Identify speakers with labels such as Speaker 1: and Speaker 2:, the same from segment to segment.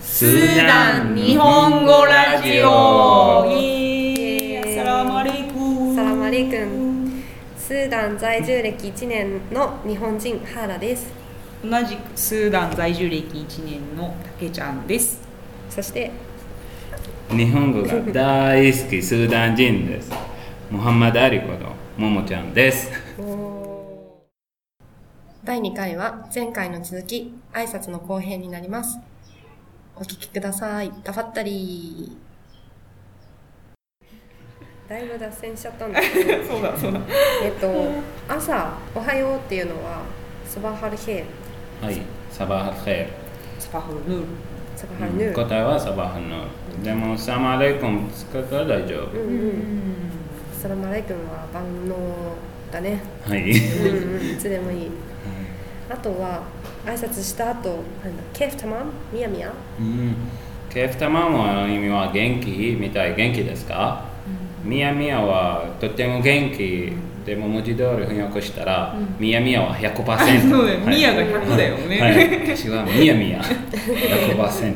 Speaker 1: スーダン日本語ラジオ
Speaker 2: イエーイサラマレイク
Speaker 3: サラマレイ君スーダン在住歴1年の日本人ハーラです
Speaker 2: 同じくスーダン在住歴1年のたけちゃんです
Speaker 3: そして
Speaker 1: 日本語が大好きスーダン人ですモハンマド・アリコのももちゃんです
Speaker 3: 第2回は前回の続き挨拶の後編になりますお聞きくださいダファッタリーだいぶ脱線しちゃったんだ けど
Speaker 2: そうだそうだ
Speaker 3: えっと朝「おはよう」っていうのはサバハルヘイ
Speaker 1: はいサバハルヘ
Speaker 2: スパフル
Speaker 3: サバハルヌ
Speaker 1: ル
Speaker 3: ー
Speaker 1: 答えはサバハルヌーでもサマレイコン使ったら大丈
Speaker 3: う
Speaker 1: 夫
Speaker 3: んうんサラマレイ君は万能だね
Speaker 1: はい
Speaker 3: うんうんいつでもいいあとは挨拶した後なんだケフタマンミヤミヤ
Speaker 1: うんケフタマンは意味は元気みたい元気ですか、ミヤミヤはとても元気でも文字通り翻訳したら、ミヤミヤは100%
Speaker 2: そうだよ
Speaker 1: はい
Speaker 2: ミヤが100だよね
Speaker 1: はい、私はミヤミヤ100%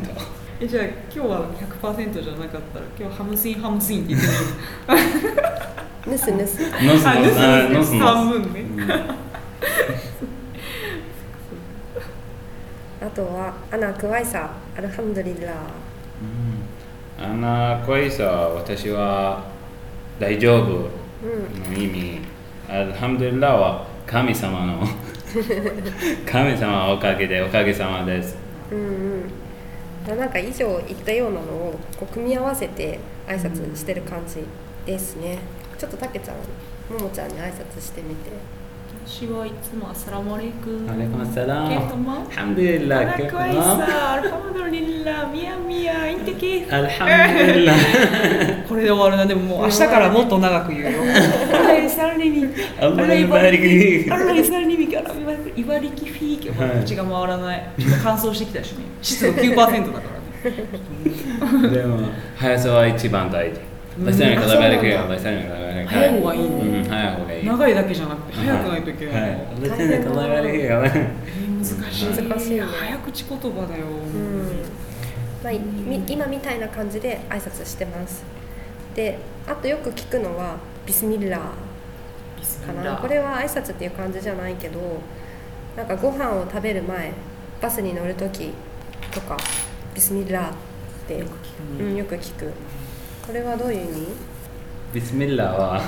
Speaker 2: えじゃあ今日は100%じゃなかったら今日ハムスインハムスインって言って
Speaker 3: ヌスヌス
Speaker 1: ノスノス
Speaker 2: あ
Speaker 1: あ
Speaker 2: ヌ
Speaker 1: ノ
Speaker 2: ス
Speaker 1: ス
Speaker 2: ヌス
Speaker 1: ノス
Speaker 2: 半分ね
Speaker 1: うん
Speaker 3: あとはアナクワイサアルハムドリラ
Speaker 1: アナコイサ私は大丈夫
Speaker 3: う
Speaker 1: の意味、アルハムドリラは神様 の神様のおかげでおかげさまです
Speaker 3: うんうんまあなんか以上言ったようなのをこう組み合わせて挨拶してる感じですねちょっとたけちゃんももちゃんに挨拶してみて
Speaker 2: 私はいつもアサラマレイク
Speaker 1: アレイコムアッサラム
Speaker 2: ケフタマン
Speaker 1: ハムドリ
Speaker 2: ア
Speaker 1: ラ
Speaker 2: ラ
Speaker 1: ケ
Speaker 2: クワイサアルハムドリラミヤミヤインテケ
Speaker 1: アルハムドリラ
Speaker 2: これで終わるなでももう明日からもっと長く言うよ。はい、さらに
Speaker 1: あんまり茨城に
Speaker 2: あらいさらにみから茨城フィーケ
Speaker 1: はい
Speaker 2: 口が回らない。ちょっと乾燥してきたしね。湿度9%だからね。
Speaker 1: でも速さは一番大事ラサニカダバリケラサニカダバリケ
Speaker 2: 早い方がいい
Speaker 1: うん
Speaker 2: の。
Speaker 1: 早い方がいい
Speaker 2: 長いだけじゃなくて早くないといけないの。
Speaker 1: はいラサニカダバリケラ
Speaker 2: えー難しい。
Speaker 3: 難しいね
Speaker 2: 早口言葉だよ。
Speaker 3: うんまあ、いみ今みたいな感じで挨拶してますであとよく聞くのはビスミルラー
Speaker 2: ビス
Speaker 3: か
Speaker 2: ミ
Speaker 3: な
Speaker 2: ラ
Speaker 3: これは挨拶っていう感じじゃないけどなんかご飯を食べる前バスに乗る時とか「ビスミルラー」って
Speaker 2: よく聞く
Speaker 3: う
Speaker 2: ね
Speaker 3: ん、よく聞くこれはどういう意味
Speaker 1: ビスミッラは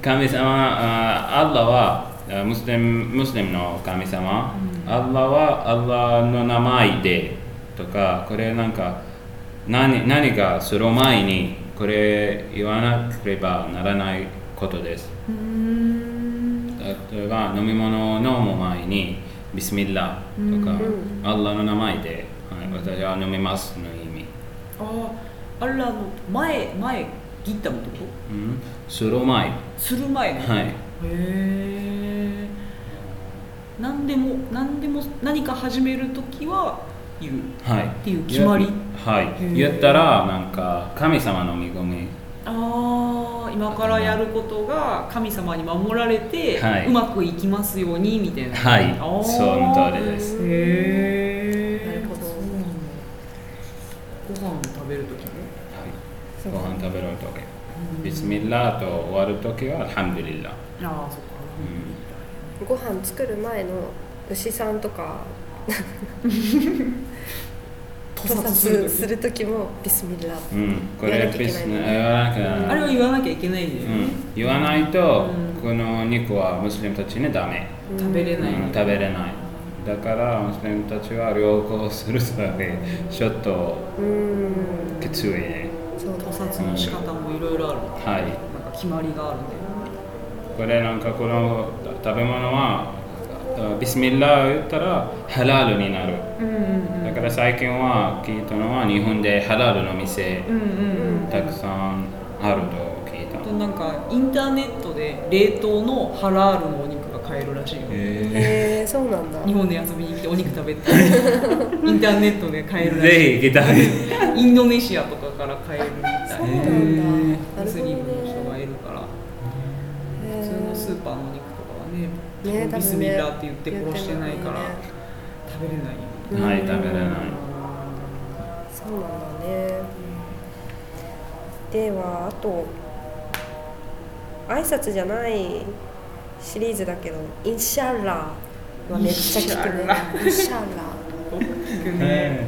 Speaker 1: 神様あアッラはあムスリムムスリムの神様、アッラはアッラの名前でとかこれなんか何何かする前にこれ言わなければならないことです
Speaker 2: うーん。
Speaker 1: 例えば飲み物を飲む前にビスミッラとか、アッラの名前で、はい、私は飲みますの意味、
Speaker 2: ああ、アラの前前ギッタのとこ。
Speaker 1: うん、する前
Speaker 2: する前の。
Speaker 1: はい
Speaker 2: へえ何でも何でも何か始める時は言う
Speaker 1: はい、って
Speaker 2: いう決まり
Speaker 1: はい
Speaker 2: ー
Speaker 1: 言ったらなんか神様の恵み
Speaker 2: ああ今からやることが神様に守られて、
Speaker 1: はいう
Speaker 2: まくいきますようにみたいな
Speaker 1: はい
Speaker 2: あー
Speaker 1: その通りです
Speaker 2: へえ
Speaker 3: なるほど
Speaker 2: ご飯食べる時も
Speaker 1: はいご飯食べるときビスミッラーと終わるときはアルハムドリラ、
Speaker 2: ああそっか
Speaker 1: う
Speaker 3: ご飯作る前の牛さんとか
Speaker 2: 屠殺
Speaker 3: 屠殺
Speaker 2: する
Speaker 3: する時も「ビスミルラー
Speaker 1: んうん、こ
Speaker 3: 言わ
Speaker 1: れ
Speaker 3: なきゃい
Speaker 1: ビ
Speaker 3: け
Speaker 1: ス
Speaker 3: ない
Speaker 1: ミ
Speaker 3: のね
Speaker 1: ラ
Speaker 2: あれは
Speaker 1: ー
Speaker 2: 言わなきゃいけないんだよね、
Speaker 1: 言わないと、
Speaker 2: うん
Speaker 1: この肉はムスリムたちにダメ、
Speaker 2: 食べれ
Speaker 1: う
Speaker 2: ない、
Speaker 1: ん、食べれないだからムスリムたちは旅行するためちょっと」
Speaker 3: うん
Speaker 1: きついね
Speaker 3: そう
Speaker 2: 屠殺の仕方もいろいろある、
Speaker 1: はい
Speaker 2: なんか決まりがあるんだよね
Speaker 1: これなんかこの食べ物はあビスミッラー言ったらハラルになる
Speaker 2: うん
Speaker 1: だから最近は聞いたのは日本でハラルの店
Speaker 2: うんうんうん
Speaker 1: たくさんあると聞いた
Speaker 2: あとなんかインターネットで冷凍のハラールのお肉が買えるらしいよ
Speaker 3: へえそうなんだ
Speaker 2: 日本で遊びに来てお肉 食べてインターネットで買えるらしい
Speaker 1: ぜひ行きた い
Speaker 2: インドネシアとかから買えるみたい
Speaker 3: そう
Speaker 1: へ
Speaker 3: なんだな
Speaker 2: ム
Speaker 3: る
Speaker 2: スリ
Speaker 3: ほどね
Speaker 2: ムの人がいるから
Speaker 3: へ
Speaker 2: 普
Speaker 3: ー
Speaker 2: 通のスーパーのお肉とかはね
Speaker 3: ね
Speaker 2: ビスミッラーって言って
Speaker 3: 多分ね
Speaker 2: 殺してないから
Speaker 3: 言ってない
Speaker 1: はい
Speaker 2: 食べれないよ
Speaker 3: ね
Speaker 1: 食べれない
Speaker 3: そうなんだねではあと挨拶じゃないシリーズだけど「インシャッラー」はめっちゃ聞くね「インシャッラ
Speaker 2: 大きくね。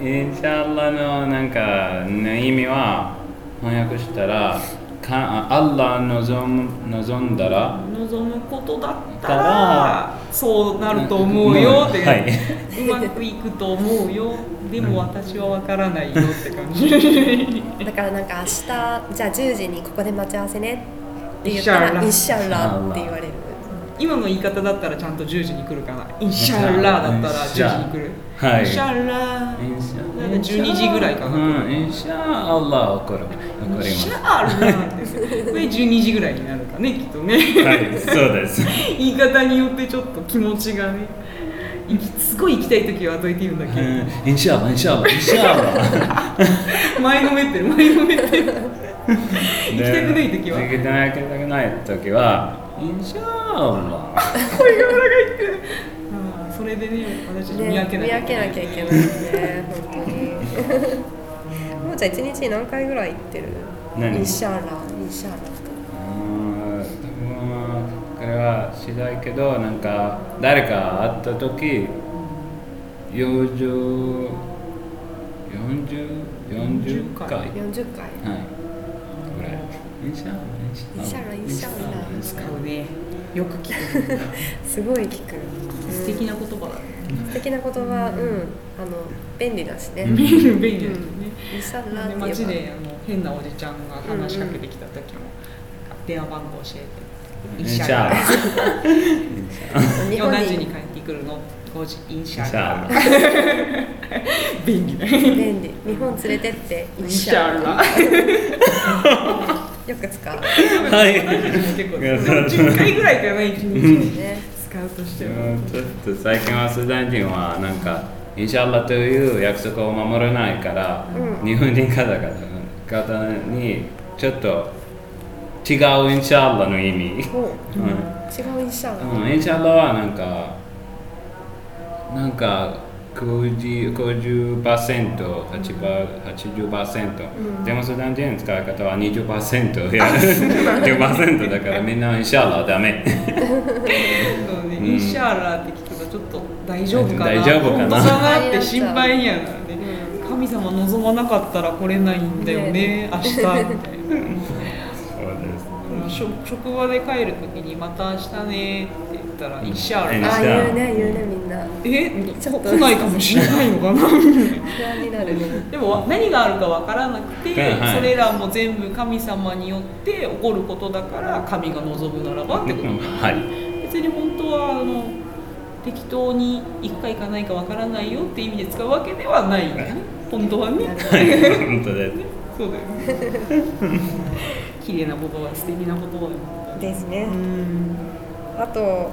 Speaker 1: インシャッラのなんかの意味は翻訳したらかアッラー望む望んだら
Speaker 2: 望むことだっ
Speaker 1: だ
Speaker 2: た
Speaker 1: からら
Speaker 2: そうなると思うよって、
Speaker 1: はい
Speaker 2: うまくいくと思うよでも私はわからないよって 感じ
Speaker 3: ー」だからなんか明日じゃあ10時にここで待ち合わせねって言ったら「イ
Speaker 2: イ
Speaker 3: ン
Speaker 2: ン
Speaker 3: シ
Speaker 2: シ
Speaker 3: ャッラー」って言われる
Speaker 2: 今の言い方だったらちゃんと10時に来るかなインシャーラーだったら10時に来る
Speaker 1: はい
Speaker 2: インシャー
Speaker 1: インシャ
Speaker 2: ラーなんか12時ぐらいかな
Speaker 1: うんインシャッラ起こる
Speaker 2: イ
Speaker 1: 起こ
Speaker 2: ン
Speaker 1: り
Speaker 2: シャーラーってこれ12時ぐらいになるかねきっとね
Speaker 1: ますはいそうです
Speaker 2: 言い方によってちょっと気持ちがねいきすごい行きたい時は後行って言うんだけど、
Speaker 1: うんインシャッラインシャッラインシャッラ
Speaker 2: 前のめってる前のめってる行
Speaker 1: 行
Speaker 2: きたくない時は
Speaker 1: 行きたくない時はインシャッラ
Speaker 2: 声が裏返ってるあーそれでね私たち
Speaker 3: ね
Speaker 2: 見分けな
Speaker 3: 見
Speaker 2: きゃ
Speaker 3: 分けなきゃいけないね本当 にもうじゃあ1日に何回ぐらい行ってる
Speaker 1: 何
Speaker 3: インシャッラーインシャッラ
Speaker 1: う
Speaker 3: ー
Speaker 1: ん多分これは次第けどなんか誰か会った時4040 40回はい
Speaker 3: 40回
Speaker 1: ぐらいインシャッラインシ
Speaker 3: インシャッラインシャッラ
Speaker 1: インシャ
Speaker 2: 使
Speaker 1: ッラ
Speaker 2: うねよく聞く
Speaker 3: すごい聞く、
Speaker 2: 素敵な言葉だ
Speaker 3: 素敵な言葉、うん、あの便利だしね。
Speaker 2: 便利便利だよね、
Speaker 3: インシャッラー
Speaker 2: で
Speaker 3: って
Speaker 2: 街
Speaker 3: 言え
Speaker 2: であの変なおじちゃんが話しかけてきた時も、なんか電話番号教えて「
Speaker 1: インシャッラ
Speaker 3: ば日
Speaker 2: 今
Speaker 3: 本
Speaker 2: 何時に
Speaker 3: に
Speaker 2: 帰ってくるの ?5 時インシ
Speaker 1: イン
Speaker 2: ャ
Speaker 1: シャ
Speaker 2: ーラ
Speaker 1: ッ
Speaker 2: ー
Speaker 1: ラ
Speaker 2: 便利だ
Speaker 3: 便利。日本連れてってイ
Speaker 2: イ
Speaker 3: ン
Speaker 2: ン
Speaker 3: シ
Speaker 2: シ
Speaker 3: ャ
Speaker 2: ャ
Speaker 3: ッ
Speaker 2: ー
Speaker 3: ラ
Speaker 2: ラー
Speaker 3: ーよく使う。
Speaker 1: はい
Speaker 2: 結構10回ぐらいかな一日
Speaker 3: ね、
Speaker 2: 使うとしては
Speaker 1: うんちょっと最近はスーダン人はなんかインシャッラという約束を守らないから、
Speaker 3: うん
Speaker 1: 日本人方々方にちょっと違うインシャッラの意味、
Speaker 3: もう
Speaker 1: うん
Speaker 3: 違うインシャッラー。
Speaker 1: うんインシャッラはなんかなんか50 50%、80%、80%、
Speaker 3: うん
Speaker 1: でもスーダン人の使い方は20%や10%だからみんなインシャッラはダメ。
Speaker 2: そうね
Speaker 1: うん
Speaker 2: インシャーラーって聞くとちょっと大丈夫かな
Speaker 1: 大丈夫かな
Speaker 2: 本当だなって心配にはなるね
Speaker 3: う
Speaker 2: 神様望まなかったら来れないんだよね明日みたいな
Speaker 1: そうです
Speaker 2: うん職職場で帰る時に「また明日ね」って言ったら「
Speaker 1: うん
Speaker 2: インシャー
Speaker 1: イン
Speaker 2: ラー
Speaker 3: あ
Speaker 1: シャッラー
Speaker 3: 言うね言うねみんな」
Speaker 2: え
Speaker 3: ちょっと
Speaker 2: 来ないかもしれないのかな
Speaker 3: 不安になるね。
Speaker 2: でも何があるかわからなくて、
Speaker 1: はいはい
Speaker 2: それらも全部神様によって起こることだから神が望むならばってこと、
Speaker 1: はい。
Speaker 2: 別に本当はあの適当に行くか行かないかわからないよって意味で使うわけではないんだよね本当はね
Speaker 1: 本当です。
Speaker 2: そうだよね綺麗な言葉素敵な言葉だよね
Speaker 3: ですね
Speaker 2: う。ん
Speaker 3: あと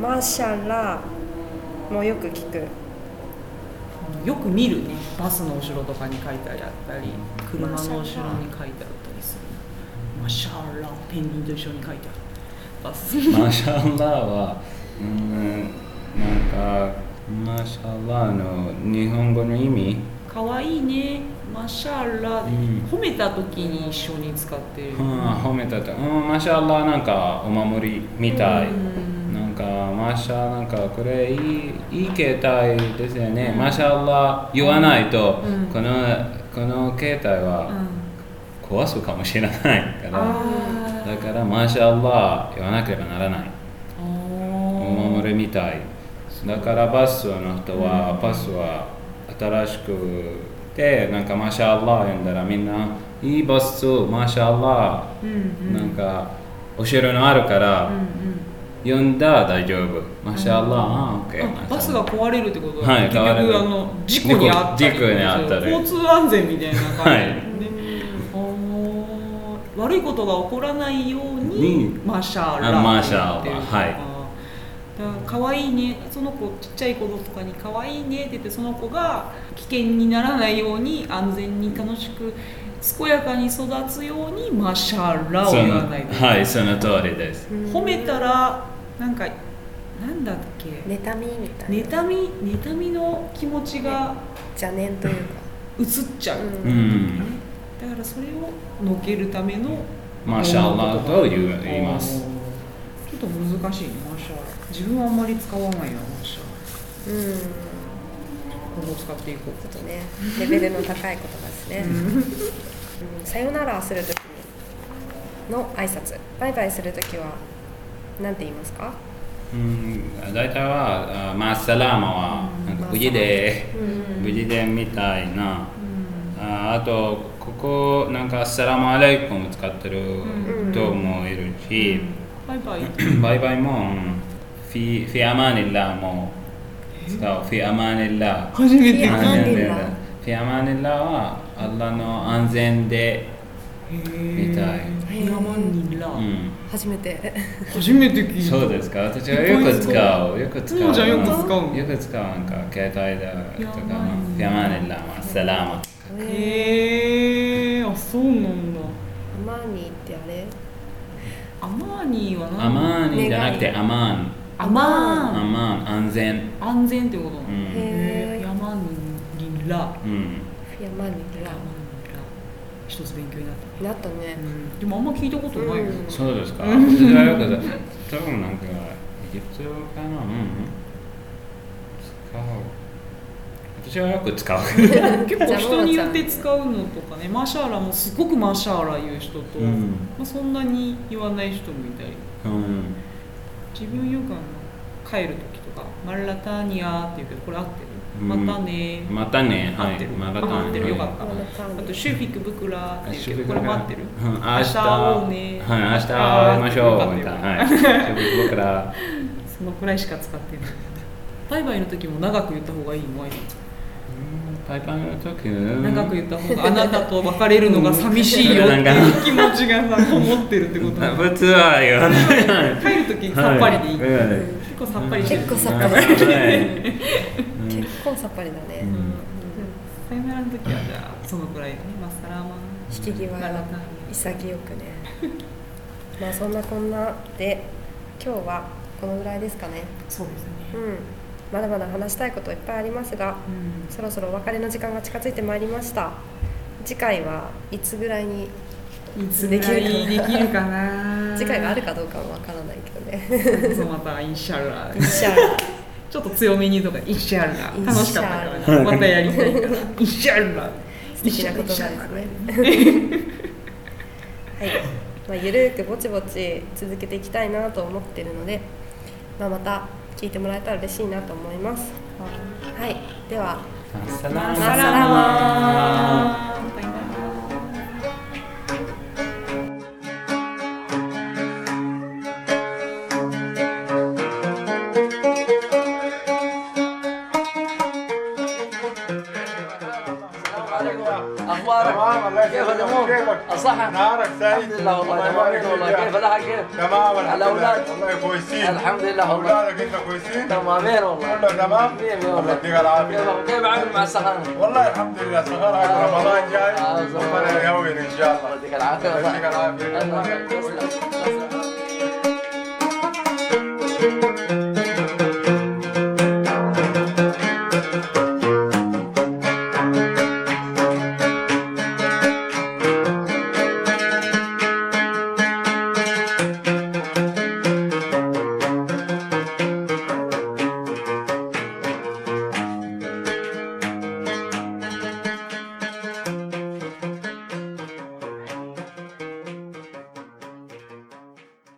Speaker 3: マーシャラーもよく聞く。
Speaker 2: よく見るねバスの後ろとかに書いてあったり車の後ろに書いてあったりするマシャーラーペンギンと一緒に書いてあるバス
Speaker 1: マーシャッラは、うーん、なんか、マーシャッラの日本語の意味、
Speaker 2: 可愛いねマシャーラ、
Speaker 1: うん
Speaker 2: 褒めた時に一緒に使ってる、
Speaker 1: うん、褒めたと、うん、マーシャッラなんかお守りみたい。
Speaker 2: うん
Speaker 1: なんか、マーシャなんか、これいい、いい携帯ですよね。マーシャッラ言わないと、
Speaker 2: うん
Speaker 1: この、この携帯は壊すかもしれないから、
Speaker 2: あ
Speaker 1: だからマーシャッラ言わなければならない。
Speaker 2: あ
Speaker 1: お守りみたいだからバスの人は、バスは新しくてなんかマシャアラー言うんだらみんないいバスマシャアラ
Speaker 2: うんう
Speaker 1: ー、
Speaker 2: ん
Speaker 1: なんかお城のあるから、
Speaker 2: うんうん
Speaker 1: 呼んだら大丈夫マシャアラー、あオッケー
Speaker 2: あバスが壊れるってことだ、
Speaker 1: はい
Speaker 2: 結局
Speaker 1: 壊れる
Speaker 2: あの事故に遭ったり
Speaker 1: 事故に遭ったり
Speaker 2: 交通安全みたいな感じ、
Speaker 1: はい
Speaker 2: ね おー悪いことが起こらないように、
Speaker 1: に
Speaker 2: マシャーラ
Speaker 1: あ
Speaker 2: ー
Speaker 1: マシャーラー
Speaker 2: って言ってる
Speaker 1: はい
Speaker 2: だから可愛いねその子ちっちゃい子とかに可愛いねって言ってその子が危険にならないように安全に楽しく健やかに育つようにマシャーラーを
Speaker 1: そ
Speaker 2: 言
Speaker 1: の
Speaker 2: わないと
Speaker 1: はいその通りです
Speaker 2: 褒めたらなんかなんだっけ
Speaker 3: 妬みみたいな。
Speaker 2: 妬み妬みの気持ちが
Speaker 3: 邪念というか。
Speaker 2: 移っちゃう、
Speaker 3: うん
Speaker 1: うん
Speaker 2: だからそれをのけるための
Speaker 1: マシャアラと言う言います
Speaker 2: ちょっと難しいねマシャアラ自分はあんまり使わないなマシャア
Speaker 3: うん
Speaker 2: ラ今後使っていこ
Speaker 3: ちょっとねレベルの高い言葉ですね
Speaker 2: う、うん
Speaker 3: うんさよならをするときの挨拶バイバイするときは何て言いますか
Speaker 1: うん大体はあマッサラーマはなんか無事で
Speaker 3: うん
Speaker 1: 無事でみたいなああとここなんかサラマアレイコンを使ってる人もいるし、
Speaker 2: バイバイ
Speaker 1: バイバイも、うんフィフィアマーニラも使うフィアマーニラ
Speaker 2: 初め
Speaker 3: フィアマーニラ
Speaker 1: フィアマーニラはアッラの安全で、みたい
Speaker 2: ヤマニラ
Speaker 1: うん、
Speaker 3: 初めて
Speaker 2: 初めて聞いた
Speaker 1: そうですか私はよく使うよく使
Speaker 2: も
Speaker 1: う
Speaker 2: もちゃんよく使うの
Speaker 1: よく使うなんか携帯だとか
Speaker 2: フ
Speaker 1: フ
Speaker 2: ィアマーニ
Speaker 1: ィアマーニラはサラマ
Speaker 2: へえあそうなんだ
Speaker 3: アマーニーってあれ
Speaker 2: アマーニーは何
Speaker 1: アマーニじゃなくてアマン
Speaker 2: アマ
Speaker 1: ア
Speaker 2: ーン
Speaker 1: マン安全
Speaker 2: 安全ってことなの
Speaker 1: う、ん
Speaker 3: へー
Speaker 2: ヤマニラ
Speaker 1: うん
Speaker 3: フィアマーニー
Speaker 2: ヤマニラ一つ勉強になった
Speaker 3: なったね
Speaker 2: でもあんま聞いたことないよ、
Speaker 3: うん
Speaker 1: そうですか。私はよくだ。多分なんか、エジプトかな。うん。使う。私はよく使う。
Speaker 2: 結構人によって使うのとかねマシャーラもすごくマシャーラ言う人と、
Speaker 1: うん
Speaker 2: まあ、そんなに言わない人もいたり
Speaker 1: うん。
Speaker 2: 自分よくあの帰る時とか「マラタニア」って言うけどこれ合ってる「
Speaker 1: うん
Speaker 2: またね」
Speaker 1: またね、は
Speaker 2: 合って
Speaker 1: い。
Speaker 2: る
Speaker 1: また
Speaker 2: 合ってるよかっ
Speaker 3: マ
Speaker 2: た
Speaker 3: ラター
Speaker 2: あと
Speaker 3: ニ
Speaker 2: 「
Speaker 3: ー
Speaker 2: シュフィック・ブクラ」って言うけどこれも合ってる
Speaker 1: うん明日、
Speaker 2: 会おう
Speaker 1: は
Speaker 2: ね
Speaker 1: い、明日会いましょう。みたいな。はい。僕ら。
Speaker 2: そのくらいしか使ってないバイバイの時も長く言った方がいいもん挨拶
Speaker 1: パイパンの時。
Speaker 2: 長く言った方があなたと別れるのが寂しいよっていう気持ちがさこもってるってことなの
Speaker 1: 普通は言わない。
Speaker 2: 帰る時にさっぱりでいい、
Speaker 1: は
Speaker 3: う
Speaker 1: うん
Speaker 3: ん
Speaker 2: 結構さっぱりしてる
Speaker 3: 結構さっぱり
Speaker 1: はいうん
Speaker 3: 結構さっぱりだね、
Speaker 1: うん
Speaker 2: さよならの時はじゃあそのくらいだねマスカラーマン
Speaker 3: 引き際が潔くね まあそんなこんなで今日はこのぐらいですかね
Speaker 2: そうですね
Speaker 3: うんまだまだ話したいこといっぱいありますが
Speaker 2: うん
Speaker 3: そろそろお別れの時間が近づいてまいりました次回はいつぐらいに
Speaker 2: いつできるでき るかな
Speaker 3: 次回があるか
Speaker 2: と
Speaker 3: どうかはわからないけどね
Speaker 2: そうまたインシャルラ
Speaker 3: インシャー
Speaker 2: ちょっと強めにとかインシャルラ
Speaker 3: インシャルラ
Speaker 2: 楽しかったからまたやりたいからインシャルラ
Speaker 3: 素敵な言葉ですね
Speaker 2: インシャルラ
Speaker 3: はい、まあ、ゆるくぼちぼち続けていきたいなと思ってるので、まあ、また聞いてもらえたら嬉しいなと思いますはいでは
Speaker 1: マッサ
Speaker 2: マ
Speaker 1: ラ
Speaker 2: サ
Speaker 1: ー
Speaker 2: ラ
Speaker 1: マ
Speaker 2: マンバイバイ
Speaker 4: اخبارك؟ كيف الامور؟ الصحة؟
Speaker 5: نهارك سعيد
Speaker 4: الحمد لله والله
Speaker 5: الله
Speaker 4: تبارك
Speaker 5: يبارك
Speaker 4: والله
Speaker 5: والله كيف الحال كيف؟ تمام الحمد الأولاد؟ لله
Speaker 4: كيف
Speaker 5: والله كويسين
Speaker 4: الحمد لله والله
Speaker 5: اولادك انت كويسين؟
Speaker 4: تمامين والله
Speaker 5: كله تمام؟
Speaker 4: مية مية
Speaker 5: الله
Speaker 4: والله
Speaker 5: يديك العافية
Speaker 4: كيف- كيف عامل مع السخانة؟
Speaker 5: والله الحمد لله سهرك
Speaker 4: آه.
Speaker 5: رمضان جاي
Speaker 4: آه، زمان.
Speaker 5: ربنا يهون ان شاء الله
Speaker 4: الله يديك العافية
Speaker 5: الله يديك
Speaker 4: والله
Speaker 5: العافية
Speaker 4: تسلم. تسلم.